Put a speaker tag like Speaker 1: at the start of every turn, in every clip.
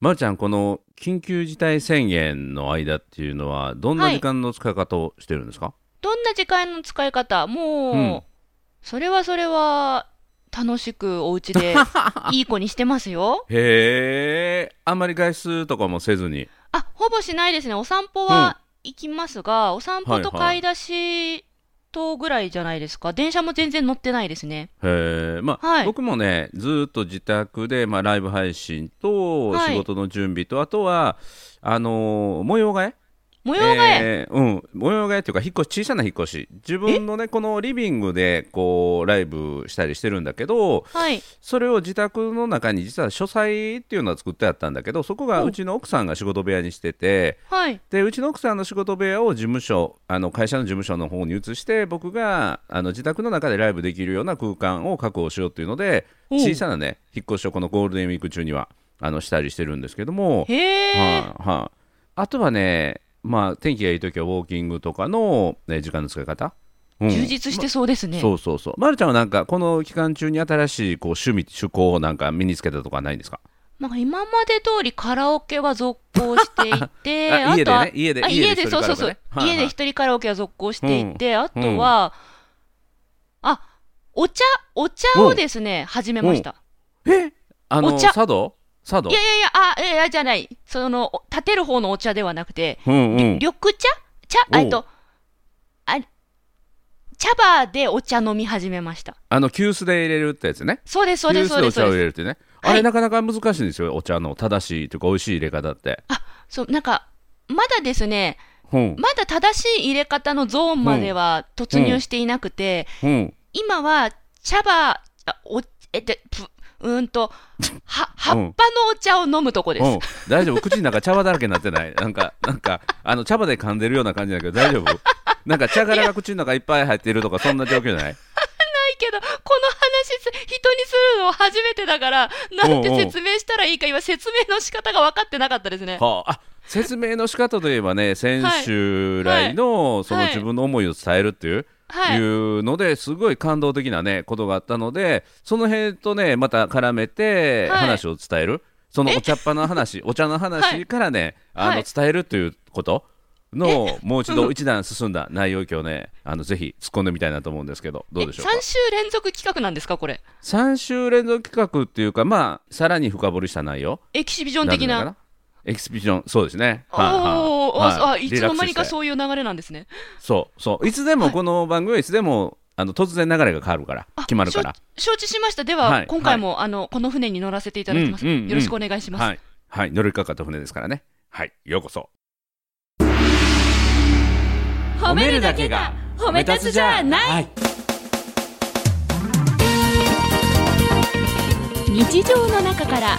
Speaker 1: まるちゃん、この緊急事態宣言の間っていうのは、どんな
Speaker 2: はい
Speaker 1: 時間の使い方をしてるんですか、
Speaker 2: どんな時間の使い方もう、
Speaker 1: うん
Speaker 2: それはそれは楽しくお 家でいい子にしてますよ。
Speaker 1: へえ、あんまり外出とかもせずに。
Speaker 2: あ、ほぼしないですね。お散歩は行きますが、お散歩と買い出しとぐらいじゃないですか。電車も全然乗ってないですね。
Speaker 1: へえ、まあ、
Speaker 2: はい
Speaker 1: 僕もね、ずーっと自宅で、まあ、ライブ配信と、
Speaker 2: はい
Speaker 1: 仕事の準備と、あとは、あのー模様替え
Speaker 2: 模様替え、
Speaker 1: えーうん、模様替えっていうか引っ越し小さな引っ越し自分のねこのリビングでこうライブしたりしてるんだけど
Speaker 2: はい。
Speaker 1: それを自宅の中に実は書斎っていうのは作ってあったんだけどそこが
Speaker 2: お
Speaker 1: うちの奥さんが仕事部屋にしてて
Speaker 2: はい。
Speaker 1: でうちの奥さんの仕事部屋を事務所あの会社の事務所の方に移して僕があの自宅の中でライブできるような空間を確保しようっていうので
Speaker 2: お
Speaker 1: 小さなね引っ越しをこのゴールデンウィーク中にはあのしたりしてるんですけども。
Speaker 2: へえ、
Speaker 1: はいはいあとはね、まあ、天気がいい時はウォーキングとかの、ね、時間の使い方、うん
Speaker 2: 充実してそうですね。
Speaker 1: そうそうそう、ま、るちゃんはなんかこの期間中に新しいこう趣味趣向をなんか身につけたとかないんですか、
Speaker 2: まあ、今まで通りカラオケは続行していて、
Speaker 1: あ家で
Speaker 2: は
Speaker 1: ね家で
Speaker 2: あ家
Speaker 1: 一
Speaker 2: で、
Speaker 1: 人カ
Speaker 2: そう
Speaker 1: ラ
Speaker 2: そ
Speaker 1: オケ
Speaker 2: うそう
Speaker 1: ね、はいはい
Speaker 2: 家で一人カラオケは続行していて、あとは、あ、お茶、お茶をですね、始めました。
Speaker 1: えあの
Speaker 2: お茶
Speaker 1: 茶道茶道
Speaker 2: いやいやいや、あ、いやいや、じゃない。その、お立てる方のお茶ではなくて、
Speaker 1: うんうん
Speaker 2: 緑茶茶
Speaker 1: おう
Speaker 2: あえっと、あ、茶葉でお茶飲み始めました。
Speaker 1: あの急須で入れるってやつね
Speaker 2: そうです、
Speaker 1: 急
Speaker 2: そうです、そ
Speaker 1: 須
Speaker 2: う
Speaker 1: で
Speaker 2: で
Speaker 1: お
Speaker 2: す、そ
Speaker 1: 茶を
Speaker 2: う
Speaker 1: 入れる
Speaker 2: です。
Speaker 1: ってね
Speaker 2: はい
Speaker 1: あれなかなか難しいんですよお茶の正しいというか美味しい入れ方って、
Speaker 2: そう、なんか、まだですね、
Speaker 1: うん
Speaker 2: まだ正しい入れ方のゾーンまでは突入していなくて、
Speaker 1: うん、
Speaker 2: 今は茶葉、あおえでぷうーんとは、葉っぱのお茶を飲むとこです。
Speaker 1: うん、大丈夫口の中茶葉だらけになってないなんかなんかあの茶葉で噛んでるような感じだけど大丈夫 なんか茶殻が口の中いっぱい入ってるとかそんな状況じゃない
Speaker 2: ないけど、この話す、人にするの初めてだから、なん
Speaker 1: うんう
Speaker 2: て
Speaker 1: ん
Speaker 2: 説明したらいいか、今、説明の仕方が分かってなかったですね。
Speaker 1: はああ説明の仕方といえばね先週来のその
Speaker 2: はい
Speaker 1: 自分の思いを伝えるっていう。
Speaker 2: はいい。
Speaker 1: うのですごい感動的なねことがあったのでその辺とねまた絡めて
Speaker 2: はい
Speaker 1: 話を伝える、そのお茶っ葉の 話お茶の話からね、あ
Speaker 2: は
Speaker 1: の
Speaker 2: い
Speaker 1: 伝えるということのもう一度一段進んだ内容を今日ねあのぜひ突っ込んでみたいなと思うんですけどどう
Speaker 2: え、
Speaker 1: でしょうか
Speaker 2: 3週連続企画なんですか、これ。
Speaker 1: 3週連続企画っていうかまあさらに深掘りした内容
Speaker 2: エキシビジョン的
Speaker 1: んていうの
Speaker 2: な。
Speaker 1: かエキシビジョンそうですね
Speaker 2: おーお
Speaker 1: はいはい
Speaker 2: あ、
Speaker 1: はい
Speaker 2: つの間にか
Speaker 1: リラックスして
Speaker 2: そういう流れなんですね。
Speaker 1: そうそういつでもこの番組はいつでもあの突然流れが変わるから
Speaker 2: あ
Speaker 1: 決まるから
Speaker 2: 承知しました。では、
Speaker 1: はい
Speaker 2: 今回も、あの、この船に乗らせていただきます。
Speaker 1: うんうんうん
Speaker 2: よろしくお願いします。
Speaker 1: はい、はい、乗りかかった船ですからね。はい、ようこそ。
Speaker 2: 褒
Speaker 1: はい、
Speaker 2: 日常の中から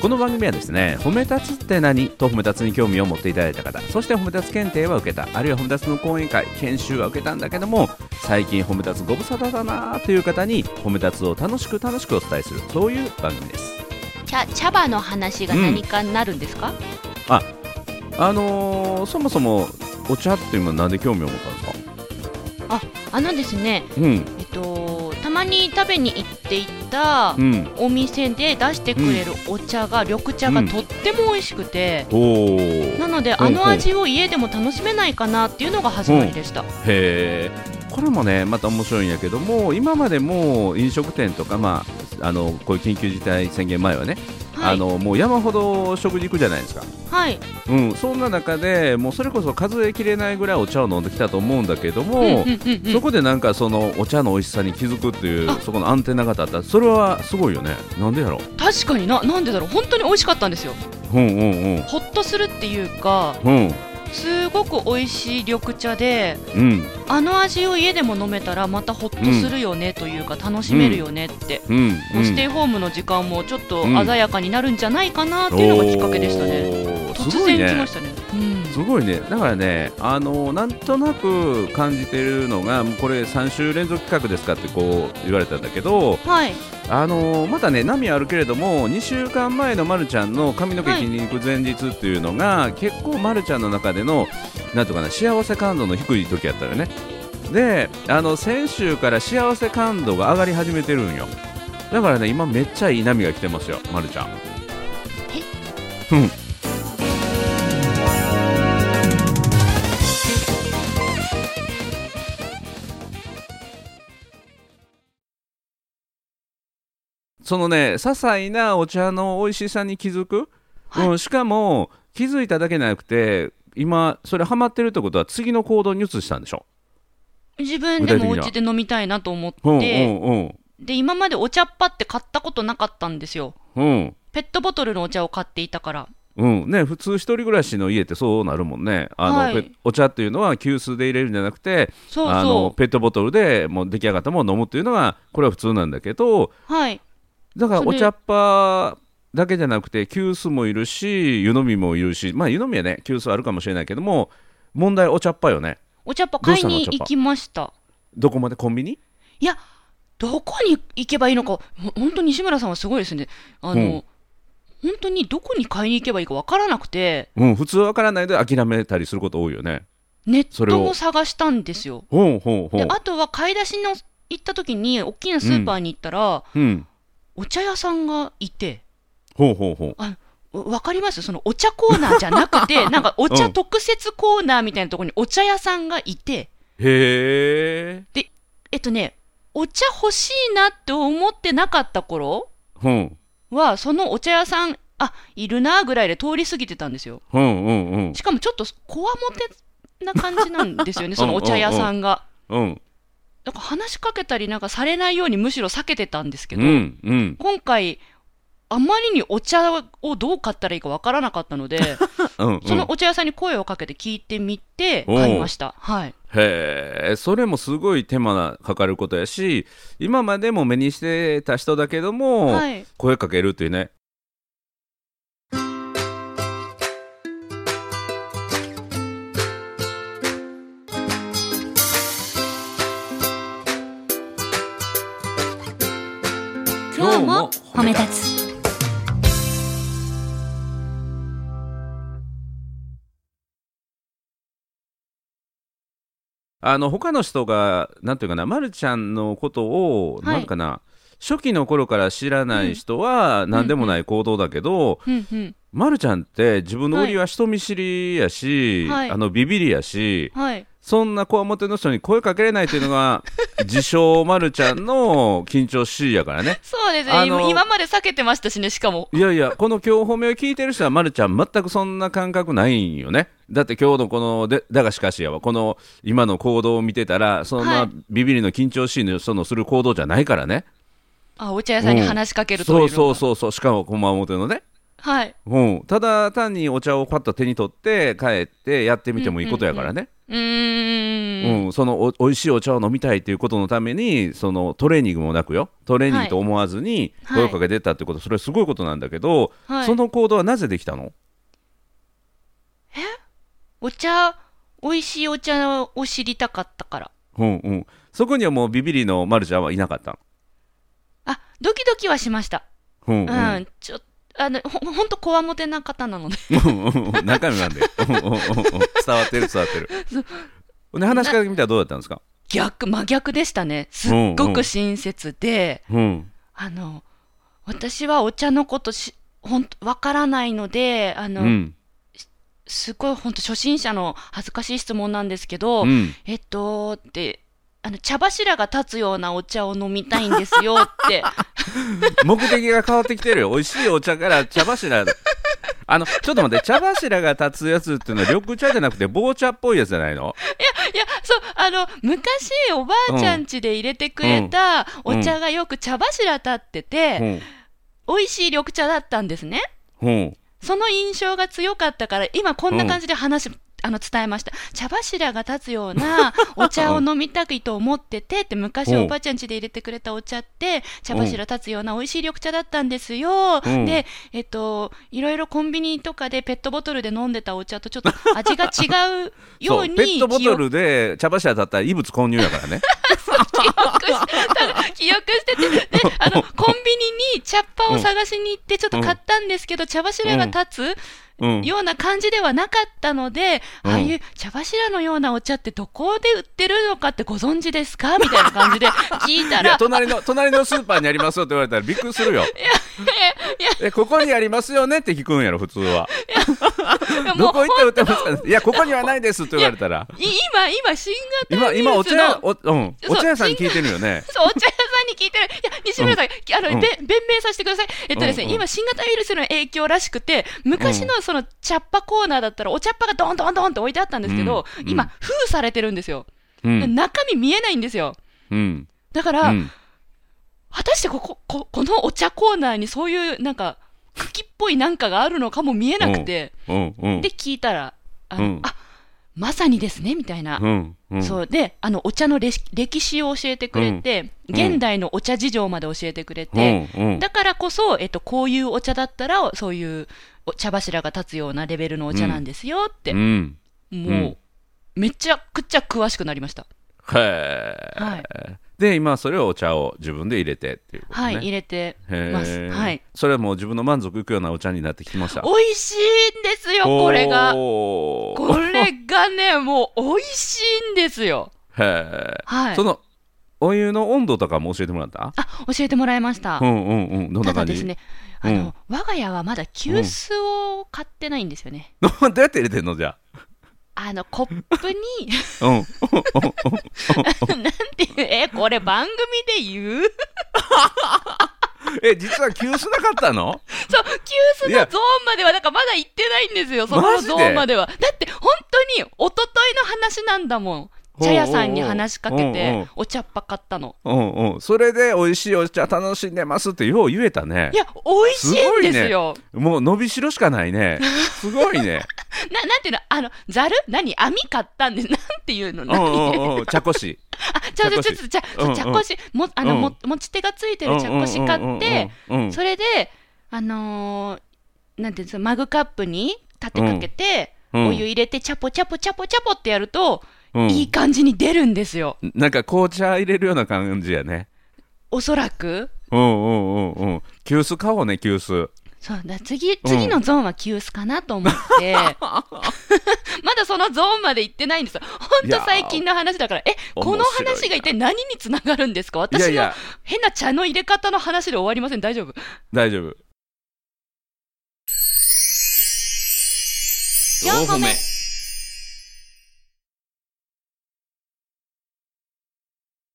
Speaker 1: この番組はですね、褒め立つって何と褒め立つに興味を持っていただいた方、そして褒め立つ検定は受けた、あるいは褒め立つの講演会、研修は受けたんだけども、最近褒め立つご無沙汰だなという方に、褒め立つを楽しく楽しくお伝えする、そういう番組です。
Speaker 2: 茶茶葉の話が何かになるんですか、
Speaker 1: あのーそもそもお茶っていうのはなんで興味を持ったんですか
Speaker 2: あのですね
Speaker 1: うん、
Speaker 2: えっとたまに食べに行っていた
Speaker 1: うん。
Speaker 2: お店で出してくれるお茶が、緑茶がとっても美味しくて、
Speaker 1: おー
Speaker 2: なので
Speaker 1: ほう
Speaker 2: あの味を家でも楽しめないかなっていうのが始まりでした、
Speaker 1: へーこれもねまた面白いんやけども今までも飲食店とか、まあ、あのこういう緊急事態宣言前はね、
Speaker 2: はい
Speaker 1: あのもう山ほど食事行くじゃないですか、
Speaker 2: はい、
Speaker 1: うん、そんな中でもうそれこそ数えきれないぐらいお茶を飲んできたと思うんだけども、
Speaker 2: うんうんうんうん
Speaker 1: そこでなんかそのお茶の美味しさに気づくっていうそこのアンテナが立ったそれはすごいよねなんでやろ
Speaker 2: 確かにななんでだろう本当に美味しかったんですよ
Speaker 1: ううんうん
Speaker 2: ほっとするっていうか
Speaker 1: うん
Speaker 2: すごく美味しい緑茶で
Speaker 1: うん
Speaker 2: あの味を家でも飲めたらまたほっとするよねというか、楽しめるよねって、
Speaker 1: うんうん
Speaker 2: もうステイホームの時間もちょっと
Speaker 1: うん
Speaker 2: 鮮やかになるんじゃないかなっていうのがきっかけでしたね、
Speaker 1: おー
Speaker 2: 突
Speaker 1: すごい
Speaker 2: 然来
Speaker 1: ね
Speaker 2: ましたねうん
Speaker 1: すごいね、だからね、あのなんとなく感じてるのが、もうこれ3週連続企画ですかってこう言われたんだけど、
Speaker 3: はい
Speaker 1: あのまだね、波あるけれども、2週間前のまるちゃんの髪の毛切りに行く前日っていうのが、結構、まるちゃんの中での、なんとかな、幸せ感度の低い時やったよね。で、あの先週から幸せ感度が上がり始めてるんよ。だからね、今、めっちゃいい波が来てますよ、まるちゃん。うんそのね些細なお茶の美味しさに気づく、
Speaker 3: はい
Speaker 1: うん、しかも気づいただけじゃなくて今それハマってるってことは次の行動に移したんでしょ
Speaker 2: 自分でもお家で飲みたいなと思って、
Speaker 1: うんうん
Speaker 2: で、今までお茶っ葉って買ったことなかったんですよ。
Speaker 1: うん
Speaker 2: ペットボトルのお茶を買っていたから。
Speaker 1: うんね、普通一人暮らしの家ってそうなるもんねあの、
Speaker 2: はい
Speaker 1: ペお茶っていうのは急須で入れるんじゃなくて
Speaker 2: そう
Speaker 1: あの
Speaker 2: そ
Speaker 1: ペットボトルでもう出来上がったものを飲むっていうのはこれは普通なんだけど
Speaker 2: う。はい。
Speaker 1: だから
Speaker 2: そ
Speaker 1: お
Speaker 2: れ
Speaker 1: 茶っ葉だけじゃなくて急須もいるし湯飲みもいるしまあ湯飲みはね急須あるかもしれないけども問題お茶っ葉よね
Speaker 2: お茶っ葉
Speaker 1: どう
Speaker 2: 買
Speaker 1: し
Speaker 2: い
Speaker 1: たの
Speaker 2: に行きました。
Speaker 1: どこまでコンビニ
Speaker 2: いや、どこに行けばいいのか、ほ本当に西村さんはすごいですね。あの、
Speaker 1: うん
Speaker 2: 本当にどこに買いに行けばいいかわからなくて、
Speaker 1: うん普通わからないで諦めたりすること多いよね
Speaker 2: ネ
Speaker 1: そ
Speaker 2: ッ
Speaker 1: れ
Speaker 2: ト
Speaker 1: を
Speaker 2: も探したんですよ。
Speaker 1: ほうほうほ
Speaker 2: で
Speaker 1: う、
Speaker 2: あとは買い出しの行った時に、大きなスーパーに行ったら、
Speaker 1: うん、
Speaker 2: お茶屋さんがいて、
Speaker 1: ほうほうほう
Speaker 2: あわわかりますそのお茶コーナーじゃなく て、なんかお
Speaker 1: う
Speaker 2: 茶
Speaker 1: ん
Speaker 2: 特設コーナーみたいなところにお茶屋さんがいて、
Speaker 1: へえ
Speaker 2: えっとね、お茶欲しいなって思ってなかった頃
Speaker 1: うん
Speaker 2: は、そのお茶屋さん、あ、いるなぐらいで通り過ぎてたんですよ。
Speaker 1: うんうんうん
Speaker 2: しかもちょっとこわもてな感じなんで すよね、そのお茶屋さんが。
Speaker 1: うん
Speaker 2: なんか話しかけたりなんかされないようにむしろ避けてたんですけ
Speaker 1: う
Speaker 2: ど、
Speaker 1: んうん
Speaker 2: 今回、あまりにお茶をどう買ったらいいかわからなかっ たので、
Speaker 1: うん
Speaker 2: そのお茶屋さんに声をかけて聞いてみて、
Speaker 1: おう
Speaker 2: 買いました。はい。
Speaker 1: へえそれもすごい手間がかかることやし今までも目にしてた人だけども、
Speaker 2: はい。
Speaker 1: 声かけるっていうね
Speaker 3: 今日も褒め立つ
Speaker 1: あの他の人がなんていうかな、ま、るちゃんのことを、
Speaker 2: はい
Speaker 1: なんかな初期の頃から知らない人は何でもない行動だけど、
Speaker 2: うんうん。
Speaker 1: ま、るちゃんって自分の売りは人見知りやし、
Speaker 2: はい
Speaker 1: あのビビりやし、
Speaker 2: はい。
Speaker 1: そんなこわもての人に声かけれないというの が自称まるちゃんの緊張しいやからね。
Speaker 2: そうです
Speaker 1: あ
Speaker 2: ね。
Speaker 1: の
Speaker 2: 今今まで避けてましたしね、しかも。
Speaker 1: いやいや、この今日褒めを聞いてる人は、まるちゃん、全くそんな感覚ないんよね。だって今日のこので、だがしかしやわ、この今の行動を見てたら、そん
Speaker 2: は
Speaker 1: ないビビりの緊張しいの人のする行動じゃないからね。
Speaker 2: あ、お茶屋さんに話しかけるというの
Speaker 1: そ
Speaker 2: が、
Speaker 1: うそうそうそう、しかもこまもてのね。
Speaker 2: はい。
Speaker 1: うん、ただ単にお茶をパッと手に取って帰ってやってみてもいいことやからね、
Speaker 2: う
Speaker 1: う
Speaker 2: ーん。
Speaker 1: んそのお美味しいお茶を飲みたいということのためにそのトレーニングもなくよトレーニングと思わずに
Speaker 2: はい
Speaker 1: 声をかけてったってこと、それはすごいことなんだけど、
Speaker 2: はい
Speaker 1: その行動はなぜできたの
Speaker 2: お茶、美味しいお茶を知りたかったから。
Speaker 1: うんうん、そこにはもうビビリのマルちゃんはいなかった。
Speaker 2: あ、ドキドキはしました。
Speaker 1: うんう、
Speaker 2: うんん。ちょあの、ほほんとこわもてな方なので。
Speaker 1: うんうん中身なんでうんうんうんうん伝わってる伝わってる。ほんで話しかけてみたらどうだったんですか、
Speaker 2: 逆、真逆でしたね。すっごく親切で、
Speaker 1: うん、
Speaker 2: あの、私はお茶のことし、ほんと、わからないので、あ
Speaker 1: う
Speaker 2: の、
Speaker 1: ん
Speaker 2: すごい本当初心者の恥ずかしい質問なんですけど、
Speaker 1: うん
Speaker 2: えっとってあの茶柱が立つようなお茶を飲みたいんですよって
Speaker 1: 目的が変わってきてるよ美味しいお茶から茶柱あのちょっと待って茶柱が立つやつっていうのは緑茶じゃなくて棒茶っぽいやつじゃないの
Speaker 2: いやそうあの昔おばあちゃん家で入れてくれた
Speaker 1: う
Speaker 2: お
Speaker 1: ん
Speaker 2: 茶がよく茶柱立ってて、
Speaker 1: ん
Speaker 2: 美味しい緑茶だったんですね
Speaker 1: うん
Speaker 2: その印象が強かったから今こんな感じで話、 あの伝えました茶柱が立つよ うなお茶を飲みたいと思っててって昔
Speaker 1: うん
Speaker 2: おばあちゃん家で入れてくれたお茶って茶柱立つような美味しい緑茶だったんですよ、
Speaker 1: うん
Speaker 2: でえっといろいろコンビニとかでペットボトルで飲んでたお茶とちょっと味が違う よ
Speaker 1: そうう
Speaker 2: に
Speaker 1: ペットボ
Speaker 2: 記
Speaker 1: ト
Speaker 2: 憶
Speaker 1: ルで茶柱だったら異物混入や からね
Speaker 2: 記憶してて、で、あの、コンビニに茶っ葉を探しに行って、ちょっと買ったんですけど、茶柱が立
Speaker 1: うん
Speaker 2: つような感じではなかったので、
Speaker 1: うん
Speaker 2: ああいう茶柱のようなお茶ってどこで売ってるのかってご存知ですかみたいな感じで 聞いた
Speaker 1: い
Speaker 2: ら、
Speaker 1: や隣の隣のスーパーにありますよって言われたらびっくりする よえここにありますよねって聞くんやろ普通はどこ行って売ってますかいやここにはないですって言われたら
Speaker 2: い今、今、新
Speaker 1: 今
Speaker 2: 型ニュ
Speaker 1: 今お
Speaker 2: ース
Speaker 1: 茶
Speaker 2: の
Speaker 1: 屋お,、うん、
Speaker 2: そ
Speaker 1: お
Speaker 2: う
Speaker 1: 茶屋さんに聞いてるよね
Speaker 2: そうお茶屋さんに聞いてる、いや、西村さん、あの、
Speaker 1: うん
Speaker 2: べ弁明させてください。えっとですね、
Speaker 1: うんうん
Speaker 2: 今、新型ウイルスの影響らしくて、昔のその茶っ葉コーナーだったら、お茶っ葉がどんどんどんって置いてあったんですけど、
Speaker 1: うんう
Speaker 2: 今
Speaker 1: ん、
Speaker 2: 封されてるんですよ。
Speaker 1: うん
Speaker 2: 中身見えないんですよ。
Speaker 1: うん
Speaker 2: だか
Speaker 1: う
Speaker 2: ら、
Speaker 1: ん
Speaker 2: 果たしてこここ、このお茶コーナーにそういう、なんか、茎っぽいなんかがあるのかも見えなくて、
Speaker 1: うんうん
Speaker 2: で、聞いたら、あの、
Speaker 1: うん
Speaker 2: あまさにですね、みたいな。
Speaker 1: うんうん
Speaker 2: そうであのお茶の歴歴史を教えてくれて、
Speaker 1: うん
Speaker 2: 現代のお茶事情まで教えてくれ
Speaker 1: う
Speaker 2: て、
Speaker 1: んうん
Speaker 2: だからこそ、えっと、こういうお茶だったらそういうお茶柱が立つようなレベルのお茶なんですよって、
Speaker 1: うん
Speaker 2: もう、めちゃくちゃ詳しくなりました、
Speaker 1: へえ、
Speaker 2: はい
Speaker 1: で今それをお茶を自分で入れてっていうことね
Speaker 2: はい入れて
Speaker 1: へえ
Speaker 2: ますはい
Speaker 1: それはもう自分の満足いくようなお茶になってきてました
Speaker 2: 美味しいんですよこれが
Speaker 1: おー
Speaker 2: これがねもう美味しいんですよ
Speaker 1: へえ、
Speaker 2: はい
Speaker 1: そのお湯の温度とかも教えてもらった
Speaker 2: あ教えてもらいました、
Speaker 1: うんうんうんどんな
Speaker 2: ただ
Speaker 1: 感じ
Speaker 2: ですね
Speaker 1: う
Speaker 2: あ
Speaker 1: ん
Speaker 2: の、我が家はまだ急須を買ってないんですよね、
Speaker 1: どうやって入れてんのじゃ
Speaker 2: あのコップ に
Speaker 1: あうん
Speaker 2: なんていうえこれ番組で言う
Speaker 1: え実は急須なかったの
Speaker 2: そう、急須のゾーンまでは、なんかまだ行ってないんですよ、そこ
Speaker 1: マ
Speaker 2: の
Speaker 1: ジで
Speaker 2: ゾーンまでは。だって、本当に、おとといの話なんだもん。茶屋さんに話しかけ
Speaker 1: おうおうおうおう
Speaker 2: て、お茶っ葉買ったの。
Speaker 1: うんうんそれで美味しいお茶楽しんでますってよう言えたね
Speaker 2: いや、美味しいんですよ。
Speaker 1: もう伸びしろしかないねすごいね
Speaker 2: な、なんていうの、あの、ざる何網買ったんです。 なんていうの
Speaker 1: うんう ん
Speaker 2: 何
Speaker 1: うん茶こし
Speaker 2: あ、ちょ、ちょ、ちょ、ちょ、
Speaker 1: うんう
Speaker 2: そ
Speaker 1: ん
Speaker 2: う茶こし、も、あの、
Speaker 1: うん
Speaker 2: も持ち手がついてる茶こし買って、
Speaker 1: うんうんうんうんうん
Speaker 2: それで、あのー、なんていうんですか、マグカップに立てかけて、
Speaker 1: うん
Speaker 2: お湯入れて、チャポチャポチャポチャポってやると、
Speaker 1: うん
Speaker 2: いい感じに出るんですよ。
Speaker 1: なんか紅茶入れるような感じやね。
Speaker 2: おそらく。
Speaker 1: うんうんうんうん。急須買おうね、急須。
Speaker 2: そうだ次、次のゾーンは急須かなと 思って、まだそのゾーンまで行ってないんですよ。ほんと最近の話だから、え、この話が一体何につながるんですか
Speaker 1: いや
Speaker 2: 私
Speaker 1: い
Speaker 2: の
Speaker 1: や、
Speaker 2: 変な茶の入れ方の話で終わりません。大丈夫
Speaker 1: 大丈夫。
Speaker 2: 4個目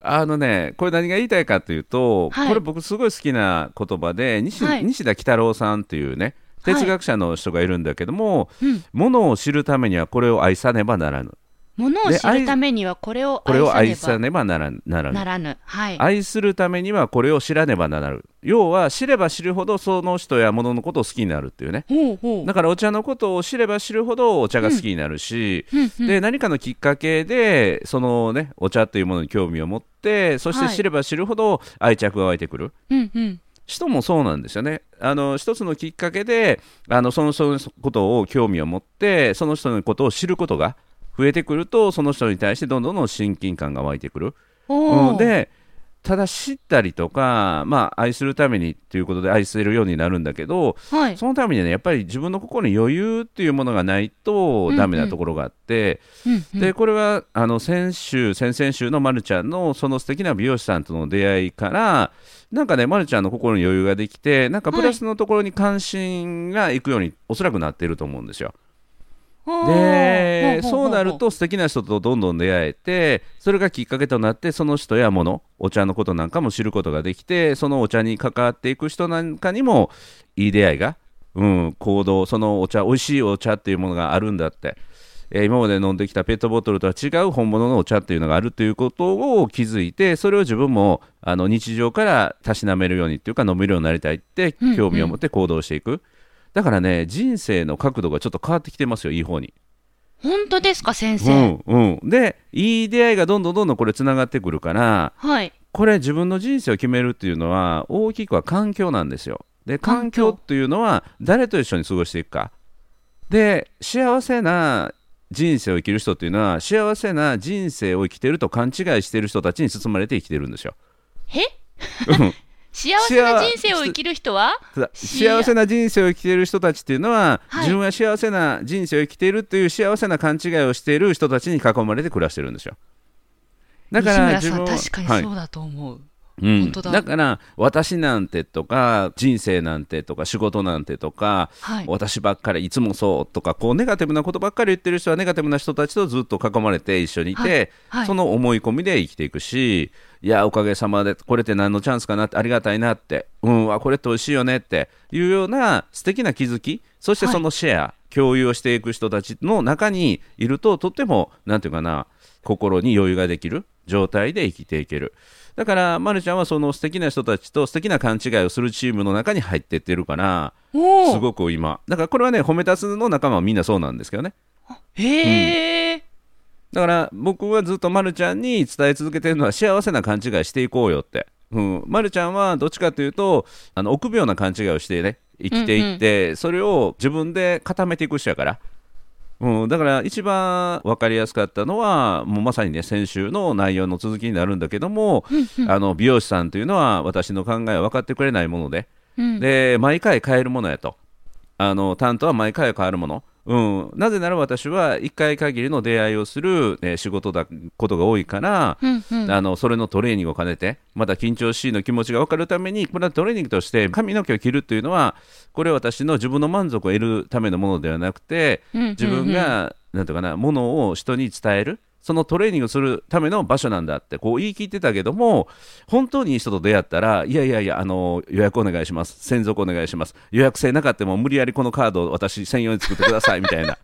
Speaker 1: あのね、これ何が言いたいかというと、
Speaker 2: はい
Speaker 1: これ僕すごい好きな言葉で西,、
Speaker 2: はい
Speaker 1: 西田喜太郎さんっていうね
Speaker 2: はい
Speaker 1: 哲学者の人がいるんだけども、
Speaker 2: うん。
Speaker 1: ものを知るためにはこれを愛さねばならぬ
Speaker 2: 物を
Speaker 1: で
Speaker 2: 知るためにはこれを
Speaker 1: これを愛
Speaker 2: 愛さ
Speaker 1: さ
Speaker 2: ね
Speaker 1: ねばならぬなら
Speaker 2: ば
Speaker 1: ぬ
Speaker 2: ならぬ。はい。
Speaker 1: 愛するためにはこれを知らねばならぬ要は知れば知るほどその人やもののことを好きになるっていうね
Speaker 2: ほうほう。
Speaker 1: だからお茶のことを知れば知るほどお茶が好きになるし、
Speaker 2: うんうん
Speaker 1: で何かのきっかけでそのねお茶というものに興味を持ってそして
Speaker 2: はい
Speaker 1: 知れば知るほど愛着が湧いてくる、
Speaker 2: うんうん。
Speaker 1: 人もそうなんですよねあの一つのきっかけであのその人のことを興味を持ってその人のことを知ることが増えてくるとその人に対してどんどんどん親近感が湧いてくる、
Speaker 2: お
Speaker 1: うん、
Speaker 2: ー
Speaker 1: でただ知ったりとか、まあ、愛するためにということで愛せるようになるんだけど、
Speaker 2: はい。
Speaker 1: そのためにねやっぱり自分の心に余裕っていうものがないとダメなところがあって、
Speaker 2: うんうん
Speaker 1: でこれはあの先週先々週のまるちゃんのその素敵な美容師さんとの出会いからなんかねまるちゃんの心に余裕ができてなんかプラスのところに関心がいくようにおそらくなっていると思うんですよ。
Speaker 2: おー
Speaker 1: でそうなる、と素敵な人とどんどん出会えてそれがきっかけとなってその人やものお茶のことなんかも知ることができてそのお茶に関わっていく人なんかにもいい出会いが、うん、行動そのお茶美味しいお茶っていうものがあるんだって、えー今まで飲んできたペットボトルとは違う本物のお茶っていうのがあるということを気づいてそれを自分もあの日常からたしなめるようにっていうか飲めるようになりたいって
Speaker 2: うんうん
Speaker 1: 興味を持って行動していく。だからね人生の角度がちょっと変わってきてますよいい方に
Speaker 2: ほ本当ですか先
Speaker 1: う
Speaker 2: 生、
Speaker 1: んうん、でいい出会いがどんどんどんどんこれつながってくるから
Speaker 2: はい
Speaker 1: これ自分の人生を決めるっていうのは大きくは環境なんですよ。で環境っていうのは誰と一緒に過ごしていくか。で幸せな人生を生きる人っていうのは幸せな人生を生きてると勘違いしてる人たちに包まれて生きてるんですよ。
Speaker 2: へ
Speaker 1: うん
Speaker 2: 幸せな人生を生きる人は
Speaker 1: ただ
Speaker 2: し
Speaker 1: 幸せな人生を生きている人たちっていうのは、
Speaker 2: はい
Speaker 1: 自分は幸せな人生を生きているという幸せな勘違いをしている人たちに囲まれて暮らしてるんですよ。だから
Speaker 2: 西
Speaker 1: 自分
Speaker 2: 村
Speaker 1: は
Speaker 2: さん確か
Speaker 1: は
Speaker 2: に
Speaker 1: い
Speaker 2: そうだと思う、
Speaker 1: うん
Speaker 2: 本当だ
Speaker 1: から私なんてとか人生なんてとか仕事なんてとか、
Speaker 2: はい
Speaker 1: 私ばっかりいつもそうとかこうネガティブなことばっかり言ってる人はネガティブな人たちとずっと囲まれて一緒にいて、
Speaker 2: はいはい
Speaker 1: その思い込みで生きていくしいやおかげさまでこれって何のチャンスかなってありがたいなってうんあこれって美味しいよねっていうような素敵な気づきそして
Speaker 2: はい
Speaker 1: そのシェア、共有をしていく人たちの中にいるととってもなんていうかな心に余裕ができる状態で生きていけるだから、ま、るちゃんはその素敵な人たちと素敵な勘違いをするチームの中に入っていってるから
Speaker 2: お
Speaker 1: す
Speaker 2: お
Speaker 1: ごく今だからこれはね褒め立つの仲間はみんなそうなんですけどね
Speaker 2: へえ、
Speaker 1: だから僕はずっとまるちゃんに伝え続けてるのは幸せな勘違いしていこうよって、うん、まるちゃんはどっちかというとあの臆病な勘違いをしてね生きていって、それを自分で固めていく人やから、うん、だから一番分かりやすかったのはもうまさにね先週の内容の続きになるんだけども、あの美容師さんというのは私の考えは分かってくれないもので、
Speaker 2: うん
Speaker 1: で毎回変えるものやとあの担当は毎回変わるもの、うん、なぜなら私は1回限りの出会いをする、ね、仕事だことが多いから、
Speaker 2: うんうん
Speaker 1: あのそれのトレーニングを兼ねてまた緊張しいの気持ちが分かるためにこれはトレーニングとして髪の毛を切るというのはこれは私の自分の満足を得るためのものではなくて
Speaker 2: うんうんうん
Speaker 1: 自分がなんていうかなものを人に伝えるそのトレーニングをするための場所なんだってこう言い切ってたけども本当にいい人と出会ったらいやいやいやあの予約お願いします専属お願いします予約制なかったも無理やりこのカードを私専用に作ってくださいみたいな。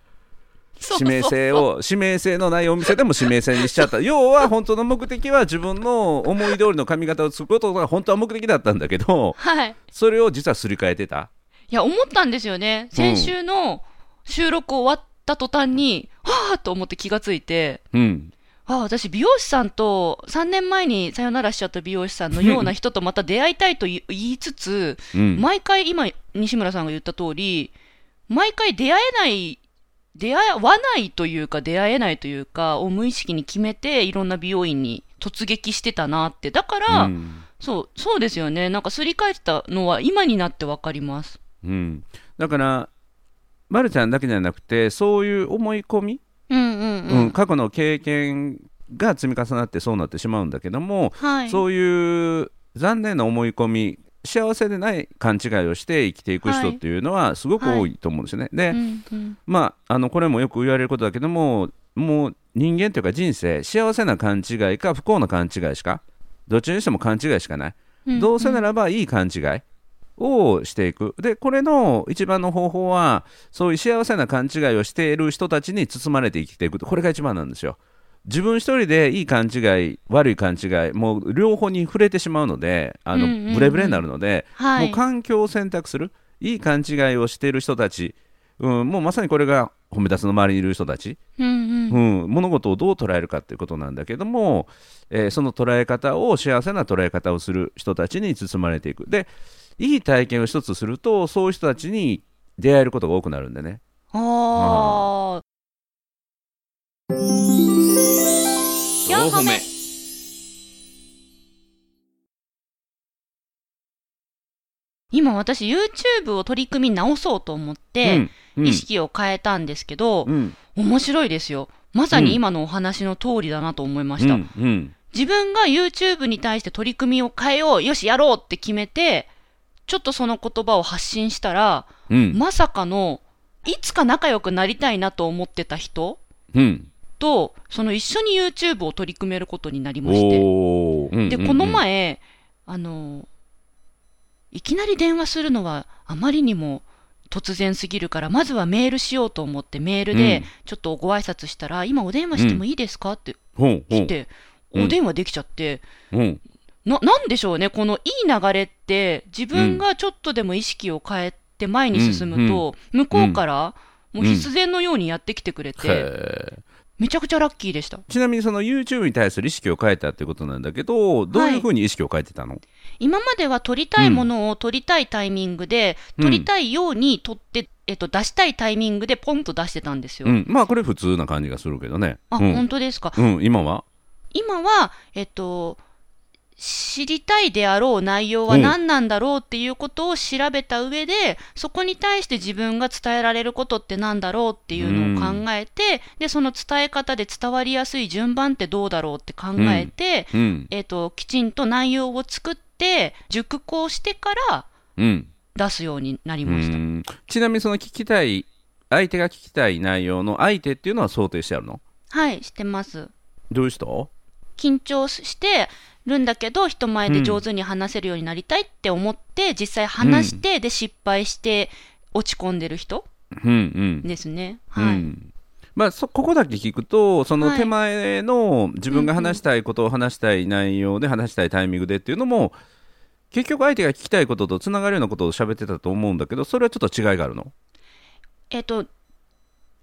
Speaker 2: そう
Speaker 1: 指名制を指名制のないお店でも指名制にしちゃ った要は本当の目的は自分の思い通りの髪型を作ることが本当は目的だったんだけど
Speaker 2: はい
Speaker 1: それを実はすり替えてた
Speaker 2: いや、思ったんですよね。先週の収録終わった途端に、はぁと思って気がついて、
Speaker 1: うん
Speaker 2: ああ、私、美容師さんと、3年前にさよならしちゃった美容師さんのような人とまた出会いたいと言言いつつ、
Speaker 1: うん、
Speaker 2: 毎回今、西村さんが言った通り、毎回出会えない、出会わないというか、出会えないというか、を無意識に決めて、いろんな美容院に突撃してたなって。だから、
Speaker 1: うん
Speaker 2: そう、そうですよね。なんかすり替えてたのは今になってわかります。
Speaker 1: うんだから、ま、るちゃんだけじゃなくてそういう思い込み、
Speaker 2: うんうん
Speaker 1: うん、過去の経験が積み重なってそうなってしまうんだけども、
Speaker 2: はい。
Speaker 1: そういう残念な思い込み幸せでない勘違いをして生きていく人っていうのはすごく多いと思うんですよね。で、
Speaker 2: うんうん
Speaker 1: まあ、あのこれもよく言われることだけどももう人間というか人生幸せな勘違いか不幸な勘違いしかどっちにしても勘違いしかない、
Speaker 2: うん
Speaker 1: どうせならばいい勘違いをしていくでこれの一番の方法はそういう幸せな勘違いをしている人たちに包まれて生きていくこれが一番なんですよ自分一人でいい勘違い悪い勘違いもう両方に触れてしまうのであの、
Speaker 2: うんうんうん
Speaker 1: ブレブレになるので、
Speaker 2: は
Speaker 1: も。
Speaker 2: いう
Speaker 1: 環境を選択するいい勘違いをしている人たち、うん、もうまさにこれが褒め立つの周りにいる人たち、
Speaker 2: うんうん。
Speaker 1: うん、物事をどう捉えるかということなんだけども、えーその捉え方を幸せな捉え方をする人たちに包まれていくでいい体験を一つするとそういう人たちに出会えることが多くなるんでね。
Speaker 2: ああ。4個目今私 YouTube を取り組み直そうと思って、
Speaker 1: うんうん
Speaker 2: 意識を変えたんですけど
Speaker 1: う、ん
Speaker 2: 面白いですよ。まさに今のお話の通りだなと思いました。
Speaker 1: うんうん
Speaker 2: 自分が YouTube に対して取り組みを変えよう、よし、やろうって決めて、ちょっとその言葉を発信したら、
Speaker 1: うん
Speaker 2: まさかの、いつか仲良くなりたいなと思ってた人
Speaker 1: うん
Speaker 2: と、その一緒に YouTube を取り組めることになりまして。
Speaker 1: おー
Speaker 2: で、
Speaker 1: うんうんうん
Speaker 2: この前、あの、いきなり電話するのはあまりにも突然すぎるから、まずはメールしようと思ってメール
Speaker 1: うん
Speaker 2: で、ちょっとご挨拶したら、今お電話してもいいですかって
Speaker 1: ほうほ
Speaker 2: 来
Speaker 1: う
Speaker 2: て、
Speaker 1: うん
Speaker 2: お電話できちゃって、
Speaker 1: うん
Speaker 2: な、なんでしょうね、このいい流れって、自分がちょっとでも意識を変えて前に進むと、向こうから、もう必然のようにやってきてくれて、
Speaker 1: へえ
Speaker 2: めちゃくちゃラッキーでした。
Speaker 1: ちなみにその YouTube に対する意識を変えたってことなんだけどどういうふうに意識を変えてたの、
Speaker 2: 今までは撮りたいものを撮りたいタイミングで、
Speaker 1: うん
Speaker 2: 撮りたいように撮って、えっと、出したいタイミングでポンと出してたんですよ。
Speaker 1: うん、まあこれ普通な感じがするけどね
Speaker 2: あ、
Speaker 1: うん
Speaker 2: 本当ですか。
Speaker 1: うん、今は
Speaker 2: 今は、えっと、知りたいであろう内容は何なんだろうっていうことを調べた上で、そこに対して自分が伝えられることって何だろうっていうのを考えて、で、その伝え方で伝わりやすい順番ってどうだろうって考えて、
Speaker 1: うん、
Speaker 2: えっと、きちんと内容を作って、熟考してから
Speaker 1: うん、
Speaker 2: 出すようになり
Speaker 1: う
Speaker 2: ました。
Speaker 1: んちなみにその聞きたい相手が聞きたい内容の相手っていうのは想定してあるの
Speaker 2: はい、してます。
Speaker 1: どういう人
Speaker 2: 緊張してるんだけど人前で上手に話せるようになりたいって思って、実際話して、で失敗して落ち込んでる人
Speaker 1: うんうん、
Speaker 2: ですね。
Speaker 1: う
Speaker 2: はい、
Speaker 1: んまあ、そここだけ聞くとその
Speaker 2: はい
Speaker 1: 手前の自分が話したいことを話したい内容で話したいタイミングでっていうのも結局相手が聞きたいこととつながるようなことを喋ってたと思うんだけどそれはちょっと違いがあるの
Speaker 2: えっ、と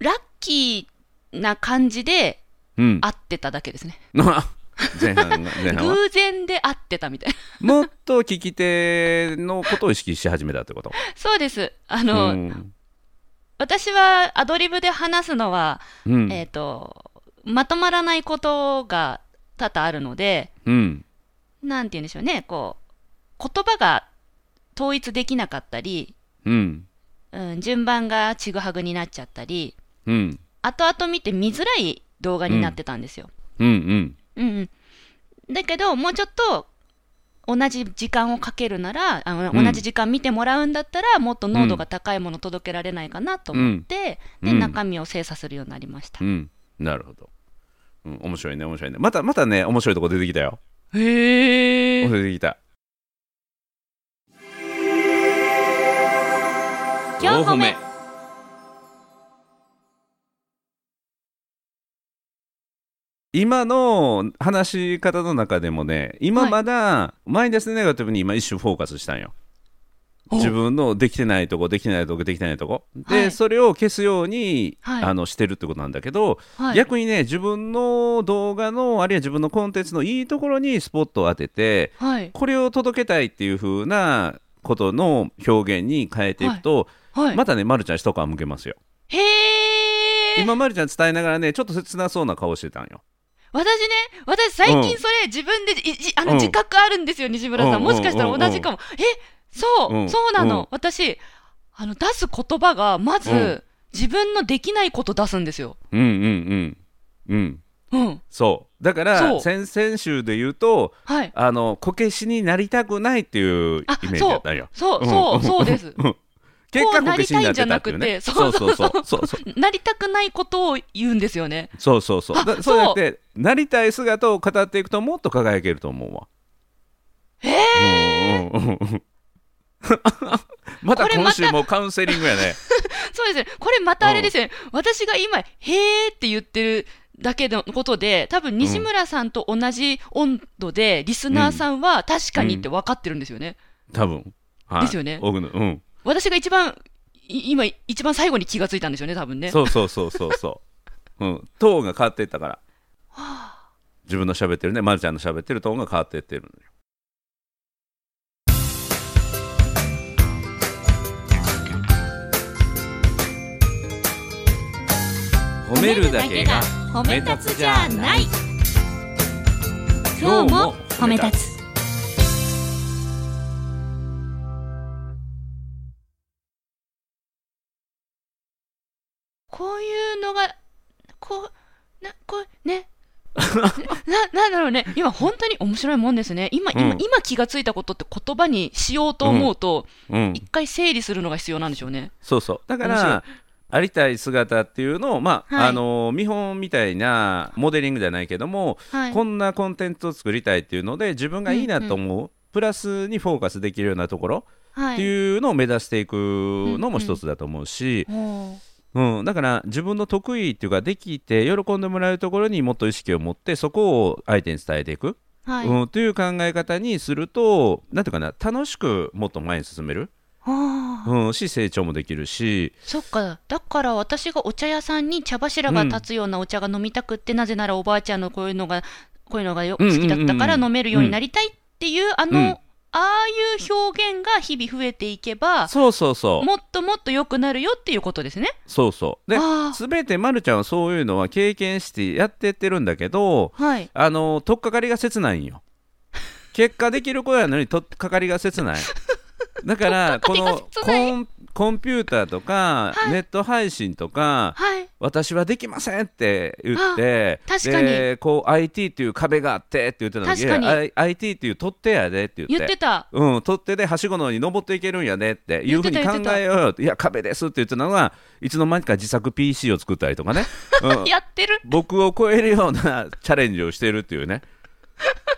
Speaker 2: ラッキーな感じで
Speaker 1: うん
Speaker 2: 会ってただけですね。
Speaker 1: あ 前半が前半は
Speaker 2: 偶然で会ってたみたいな。
Speaker 1: もっと聞き手のことを意識し始めたってこと
Speaker 2: そうです。あの、
Speaker 1: うん
Speaker 2: 私はアドリブで話すのは、
Speaker 1: うん
Speaker 2: えっ、とまとまらないことが多々あるので、
Speaker 1: うん
Speaker 2: なんて言うんでしょうね、こう、言葉が統一できなかったり、
Speaker 1: うん
Speaker 2: うん、順番がちぐはぐになっちゃったり、
Speaker 1: うん
Speaker 2: 後々見て見づらい動画になってたんですよ。
Speaker 1: うんうん
Speaker 2: うん、うん、だけど、もうちょっと、同じ時間をかけるならあの、
Speaker 1: うん
Speaker 2: 同じ時間見てもらうんだったら、もっと濃度が高いもの届けられないかなと思って、
Speaker 1: うんう
Speaker 2: で、
Speaker 1: ん
Speaker 2: 中身を精査するようになりました
Speaker 1: う。んなるほど、うん、面白いね面白いねまたまたね面白いとこ出てきたよ
Speaker 2: へ
Speaker 1: 面白い出てきた
Speaker 2: 4個目
Speaker 1: 今の話し方の中でもね今まだマイナスネガティブに今一瞬フォーカスしたんよ、
Speaker 2: お
Speaker 1: 自分のできてないとこできてないとこできてないとこで、
Speaker 2: はい
Speaker 1: それを消すように、
Speaker 2: はい
Speaker 1: あのしてるってことなんだけど、
Speaker 2: はい、
Speaker 1: 逆にね自分の動画のあるいは自分のコンテンツのいいところにスポットを当てて
Speaker 2: はい、
Speaker 1: これを届けたいっていう風なことの表現に変えていくと、
Speaker 2: はい。
Speaker 1: またね、ま、るちゃん一皮向けますよ
Speaker 2: へー
Speaker 1: 今まるちゃん伝えながらねちょっと切なそうな顔してたんよ
Speaker 2: 私ね、私最
Speaker 1: うん
Speaker 2: 近それ自分でい、いあ
Speaker 1: う
Speaker 2: の
Speaker 1: ん
Speaker 2: 自覚あるんですよ、西村さ
Speaker 1: うん
Speaker 2: ん。もしかしたら同じかも。え、そう、
Speaker 1: うん
Speaker 2: そうな
Speaker 1: う
Speaker 2: の。
Speaker 1: ん
Speaker 2: 私、あの、出す言葉が、まず、
Speaker 1: うん
Speaker 2: 自分のできないこと出すんですよ。
Speaker 1: うんうんうんうん
Speaker 2: うん。
Speaker 1: そうだから
Speaker 2: そ
Speaker 1: 先々週で言うと
Speaker 2: はい。
Speaker 1: あのこけしになりたくないっていうイメ
Speaker 2: あ
Speaker 1: ージだったんよ
Speaker 2: そうう、
Speaker 1: ん
Speaker 2: そう、そうです。
Speaker 1: 結果こけしになってたっていうね
Speaker 2: こうなりたいんじゃなくてそうそう
Speaker 1: そうそうそう
Speaker 2: なりたくないことを言うんですよね。
Speaker 1: そうそうそう
Speaker 2: あ
Speaker 1: だ
Speaker 2: そう
Speaker 1: そうやってなりたい姿を語っていくともっと輝けると思うわえー、 また
Speaker 2: これま
Speaker 1: 今
Speaker 2: た
Speaker 1: 週もカウンセリングやね
Speaker 2: そうですね。これまたあれですよね。私が今、へーって言ってるだけのことで、多分西村さんと同じ温度で、リスナーさんは確かにって分かってるんですよね。
Speaker 1: 多分、はい、
Speaker 2: ですよね
Speaker 1: 僕のうん
Speaker 2: 私が一番、い今、一番最後に気がついたんですよね、多分ね。
Speaker 1: そうそうそうそうそう、うん、トーンが変わっていったから自分の喋ってるねまるちゃんの喋ってるトーンが変わっていってるのよ褒めるだけが
Speaker 3: 褒
Speaker 1: め立つじゃない今日も褒め立
Speaker 3: つ
Speaker 2: こういうのが、こう、な、こう、ね。 な、なんだろうね。今、本当に面白いもんですね。今、今、
Speaker 1: うん
Speaker 2: 今気がついたことって言葉にしようと思うと、
Speaker 1: うん
Speaker 2: 一回整理するのが必要なんでしょうね。
Speaker 1: そうそうだか
Speaker 2: 面白
Speaker 1: らありたい姿っていうのを、まあ
Speaker 2: はい
Speaker 1: あの見本みたいなモデリングじゃないけども、
Speaker 2: はい。
Speaker 1: こんなコンテンツを作りたいっていうので自分がいいなと思う、プラスにフォーカスできるようなところ
Speaker 2: は
Speaker 1: って
Speaker 2: い。
Speaker 1: いうのを目指していくのも一つだと思うし、
Speaker 2: おー
Speaker 1: うんだから自分の得意っていうかできて喜んでもらうところにもっと意識を持ってそこを相手に伝えていく、
Speaker 2: はい。
Speaker 1: うん、という考え方にするとなんていうかな楽しくもっと前に進める
Speaker 2: あー
Speaker 1: うん、し成長もできるし
Speaker 2: そっかだから私がお茶屋さんに茶柱が立つようなお茶が飲みたくって、なぜならおばあちゃんのこういうのがこういうのがよ
Speaker 1: うん
Speaker 2: 好
Speaker 1: うんうん
Speaker 2: きだったから飲めるようになりたいっていう、あの、
Speaker 1: うん
Speaker 2: ああいう表現が日々増えていけば
Speaker 1: そうそうそう
Speaker 2: もっともっと良くなるよっていうことですね。
Speaker 1: そうそうで
Speaker 2: あー
Speaker 1: 全てまるちゃんはそういうのは経験してやってってるんだけど
Speaker 2: はい。
Speaker 1: あの取っかかりが切ないんよ結果できる子やのに取っかかりが切ないだ からこ
Speaker 2: 取っかかりが
Speaker 1: の
Speaker 2: 切
Speaker 1: コ
Speaker 2: ない
Speaker 1: ンコンピューターとか、
Speaker 2: はい
Speaker 1: ネット配信とか
Speaker 2: はい。
Speaker 1: 私はできませんって言って
Speaker 2: あ確かに
Speaker 1: でこう IT っていう壁があってって言ってたの
Speaker 2: 確かに
Speaker 1: いや I- IT っていう取っ手やでって言って
Speaker 2: 言ってた。
Speaker 1: うん、取っ手ではしごのように登っていけるんやねっていうふうに
Speaker 2: 言
Speaker 1: 考
Speaker 2: ってた
Speaker 1: えようよっていや壁ですって言ってたのがいつの間にか自作 PC を作ったりとかね、 うん、
Speaker 2: やってる。
Speaker 1: 僕を超えるような チャレンジをしてるっていうね、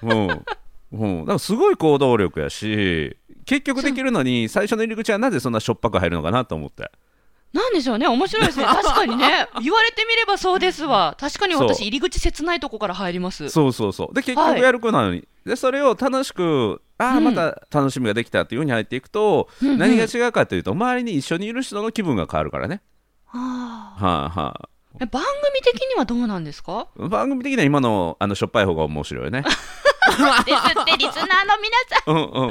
Speaker 1: うんうん、だからすごい行動力やし結局できるのに最初の入り口はなぜそんなしょっぱく入るのかなと思って
Speaker 2: なんでしょうね。面白 いですね。確かにね。言われてみればそうですわ。確かに
Speaker 1: そう
Speaker 2: 私入り口切ないとこから入ります。
Speaker 1: そうそうそうで結
Speaker 2: は
Speaker 1: 局
Speaker 2: い
Speaker 1: やる子なのに、でそれを楽しくああ
Speaker 2: うん
Speaker 1: また楽しみができたっていうふうに入っていくと、
Speaker 2: うんうん
Speaker 1: 何が違うかというと周りに一緒にいる人の気分が変わるからね
Speaker 2: はあ
Speaker 1: はい、はい、
Speaker 2: え番組的にはどうなんですか
Speaker 1: 番組的には今のあのしょっぱい方が面白いよね。
Speaker 2: ですってリスナーの皆さ
Speaker 1: うんうん、
Speaker 2: んそう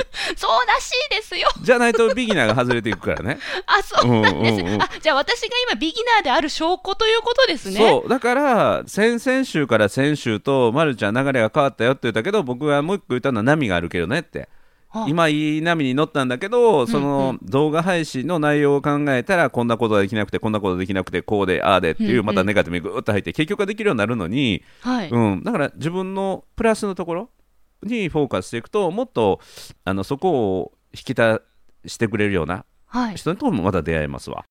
Speaker 2: らしいですよ
Speaker 1: じゃないとビギナーが外れていくからね。
Speaker 2: あそうなんです、
Speaker 1: うんうんうん
Speaker 2: あじゃあ私が今ビギナーである証拠ということですね
Speaker 1: そうだから先々週から先週とまるちゃん流れが変わったよって言ったけど僕がもう一個言ったのは波があるけどねって
Speaker 2: あ
Speaker 1: 今いい波に乗ったんだけどその動画配信の内容を考えたらこんなことができなくてこんなことができなくてこうでああでって
Speaker 2: うん
Speaker 1: い
Speaker 2: うん
Speaker 1: うまたネガティブにグーッと入って結局はできるようになるのに、
Speaker 2: はい、
Speaker 1: うん、だから自分のプラスのところにフォーカスしていくともっとあのそこを引き立してくれるような
Speaker 2: はい
Speaker 1: 人ともまだ出会えますわ。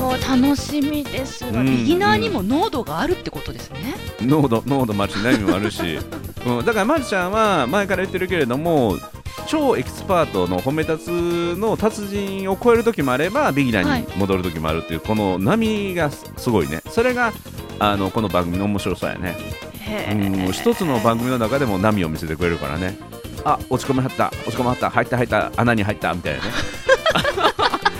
Speaker 2: おー楽しみですが、
Speaker 1: うん
Speaker 2: ビギナーにも濃度があるってことですね、
Speaker 1: 濃度濃度もあるし悩みもある し、うん、だからまるちゃんは前から言ってるけれども超エキスパートの褒め立つの達人を超える時もあればビギナーに戻る時もあるっていう、この波がすすごいねそれがあのこの番組の面白さやね、
Speaker 2: へ
Speaker 1: うん、一つの番組の中でも波を見せてくれるからねあ落ち込みはった落ち込みはった入った入った穴に入ったみたい なね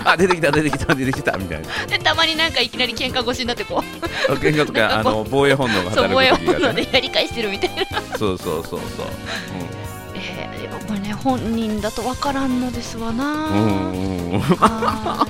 Speaker 1: あ出てきた出てきた出てきたみたいな
Speaker 2: えでたまになんかいきなり喧嘩腰になってこう
Speaker 1: 喧嘩とかあの防衛本能が
Speaker 2: そう
Speaker 1: 働
Speaker 2: 燃え
Speaker 1: く時
Speaker 2: 物
Speaker 1: がね
Speaker 2: でやり返してるみたいな、
Speaker 1: そうそうそうそう、うん
Speaker 2: えー、いやこれね本人だとわからんのですわな
Speaker 1: う、んうんうん
Speaker 2: はーい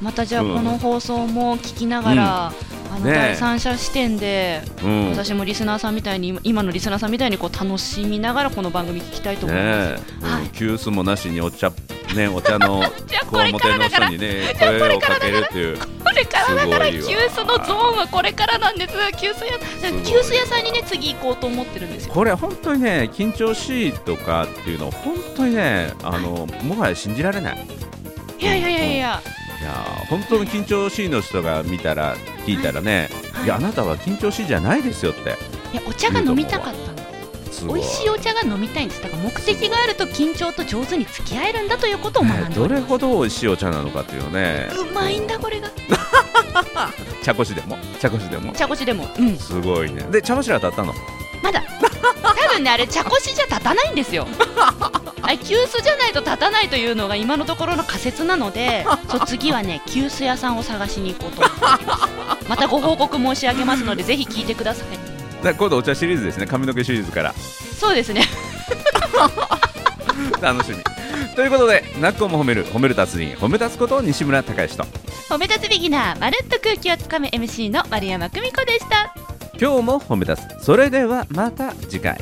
Speaker 2: またじゃあ
Speaker 1: うん
Speaker 2: この放送も聞きながら、あの
Speaker 1: ねえ
Speaker 2: 第三者視点で、
Speaker 1: うん
Speaker 2: 私もリスナーさんみたいに今今のリスナーさんみたいにこう楽しみながらこの番組聞きたいと思います。
Speaker 1: ねえ、
Speaker 2: はい
Speaker 1: うん急須もなしにお茶ねお茶の
Speaker 2: じゃあ
Speaker 1: こ
Speaker 2: こ
Speaker 1: わ
Speaker 2: れ
Speaker 1: も
Speaker 2: か
Speaker 1: て
Speaker 2: ら
Speaker 1: の
Speaker 2: だか
Speaker 1: 人
Speaker 2: ら
Speaker 1: に ね声をかけるっていう
Speaker 2: これからだか
Speaker 1: す
Speaker 2: ら
Speaker 1: ごい
Speaker 2: 急
Speaker 1: わ
Speaker 2: 須のゾーンはこれからなんです急須屋
Speaker 1: すごい
Speaker 2: 急須屋さんにね次行こうと思ってるんですよ
Speaker 1: これ本当にね緊張しいとかっていうの本当にねあのもはや信じられないい
Speaker 2: いやいやいやいや
Speaker 1: やー本当の緊張しいの人が見たら聞いたらね、
Speaker 2: はい
Speaker 1: い、やあなたは緊張しいじゃないですよって
Speaker 2: いやお茶が飲みたかったの
Speaker 1: すご
Speaker 2: 美味しいお茶が飲みたいんですだから目的があると緊張と上手に付き合えるんだということを学んでお
Speaker 1: ね
Speaker 2: ります
Speaker 1: どれほど美味しいお茶なのかっていうのをね
Speaker 2: うまいんだこれが
Speaker 1: 茶こしでも茶こしでも
Speaker 2: 茶こしでもうん
Speaker 1: すごいねで茶柱当たったの
Speaker 2: まだ多分ねあれ茶こしじゃ立たないん ですよあれ急須じゃないと立たないというのが今のところの仮説なのでそう次はね急須屋さんを探しに行こうと思っておりますまたご報告申し上げますのでぜひ聞いてください
Speaker 1: で今度お茶シリーズですね髪の毛シリーズから
Speaker 2: そうですね
Speaker 1: 楽しみということでなっこも褒める褒める達人褒め立つこと西村孝之と
Speaker 2: おめ立つビギナーまるっと空気をつかむ MC の丸山久美子でした
Speaker 1: 今日も褒め立つそれではまた次回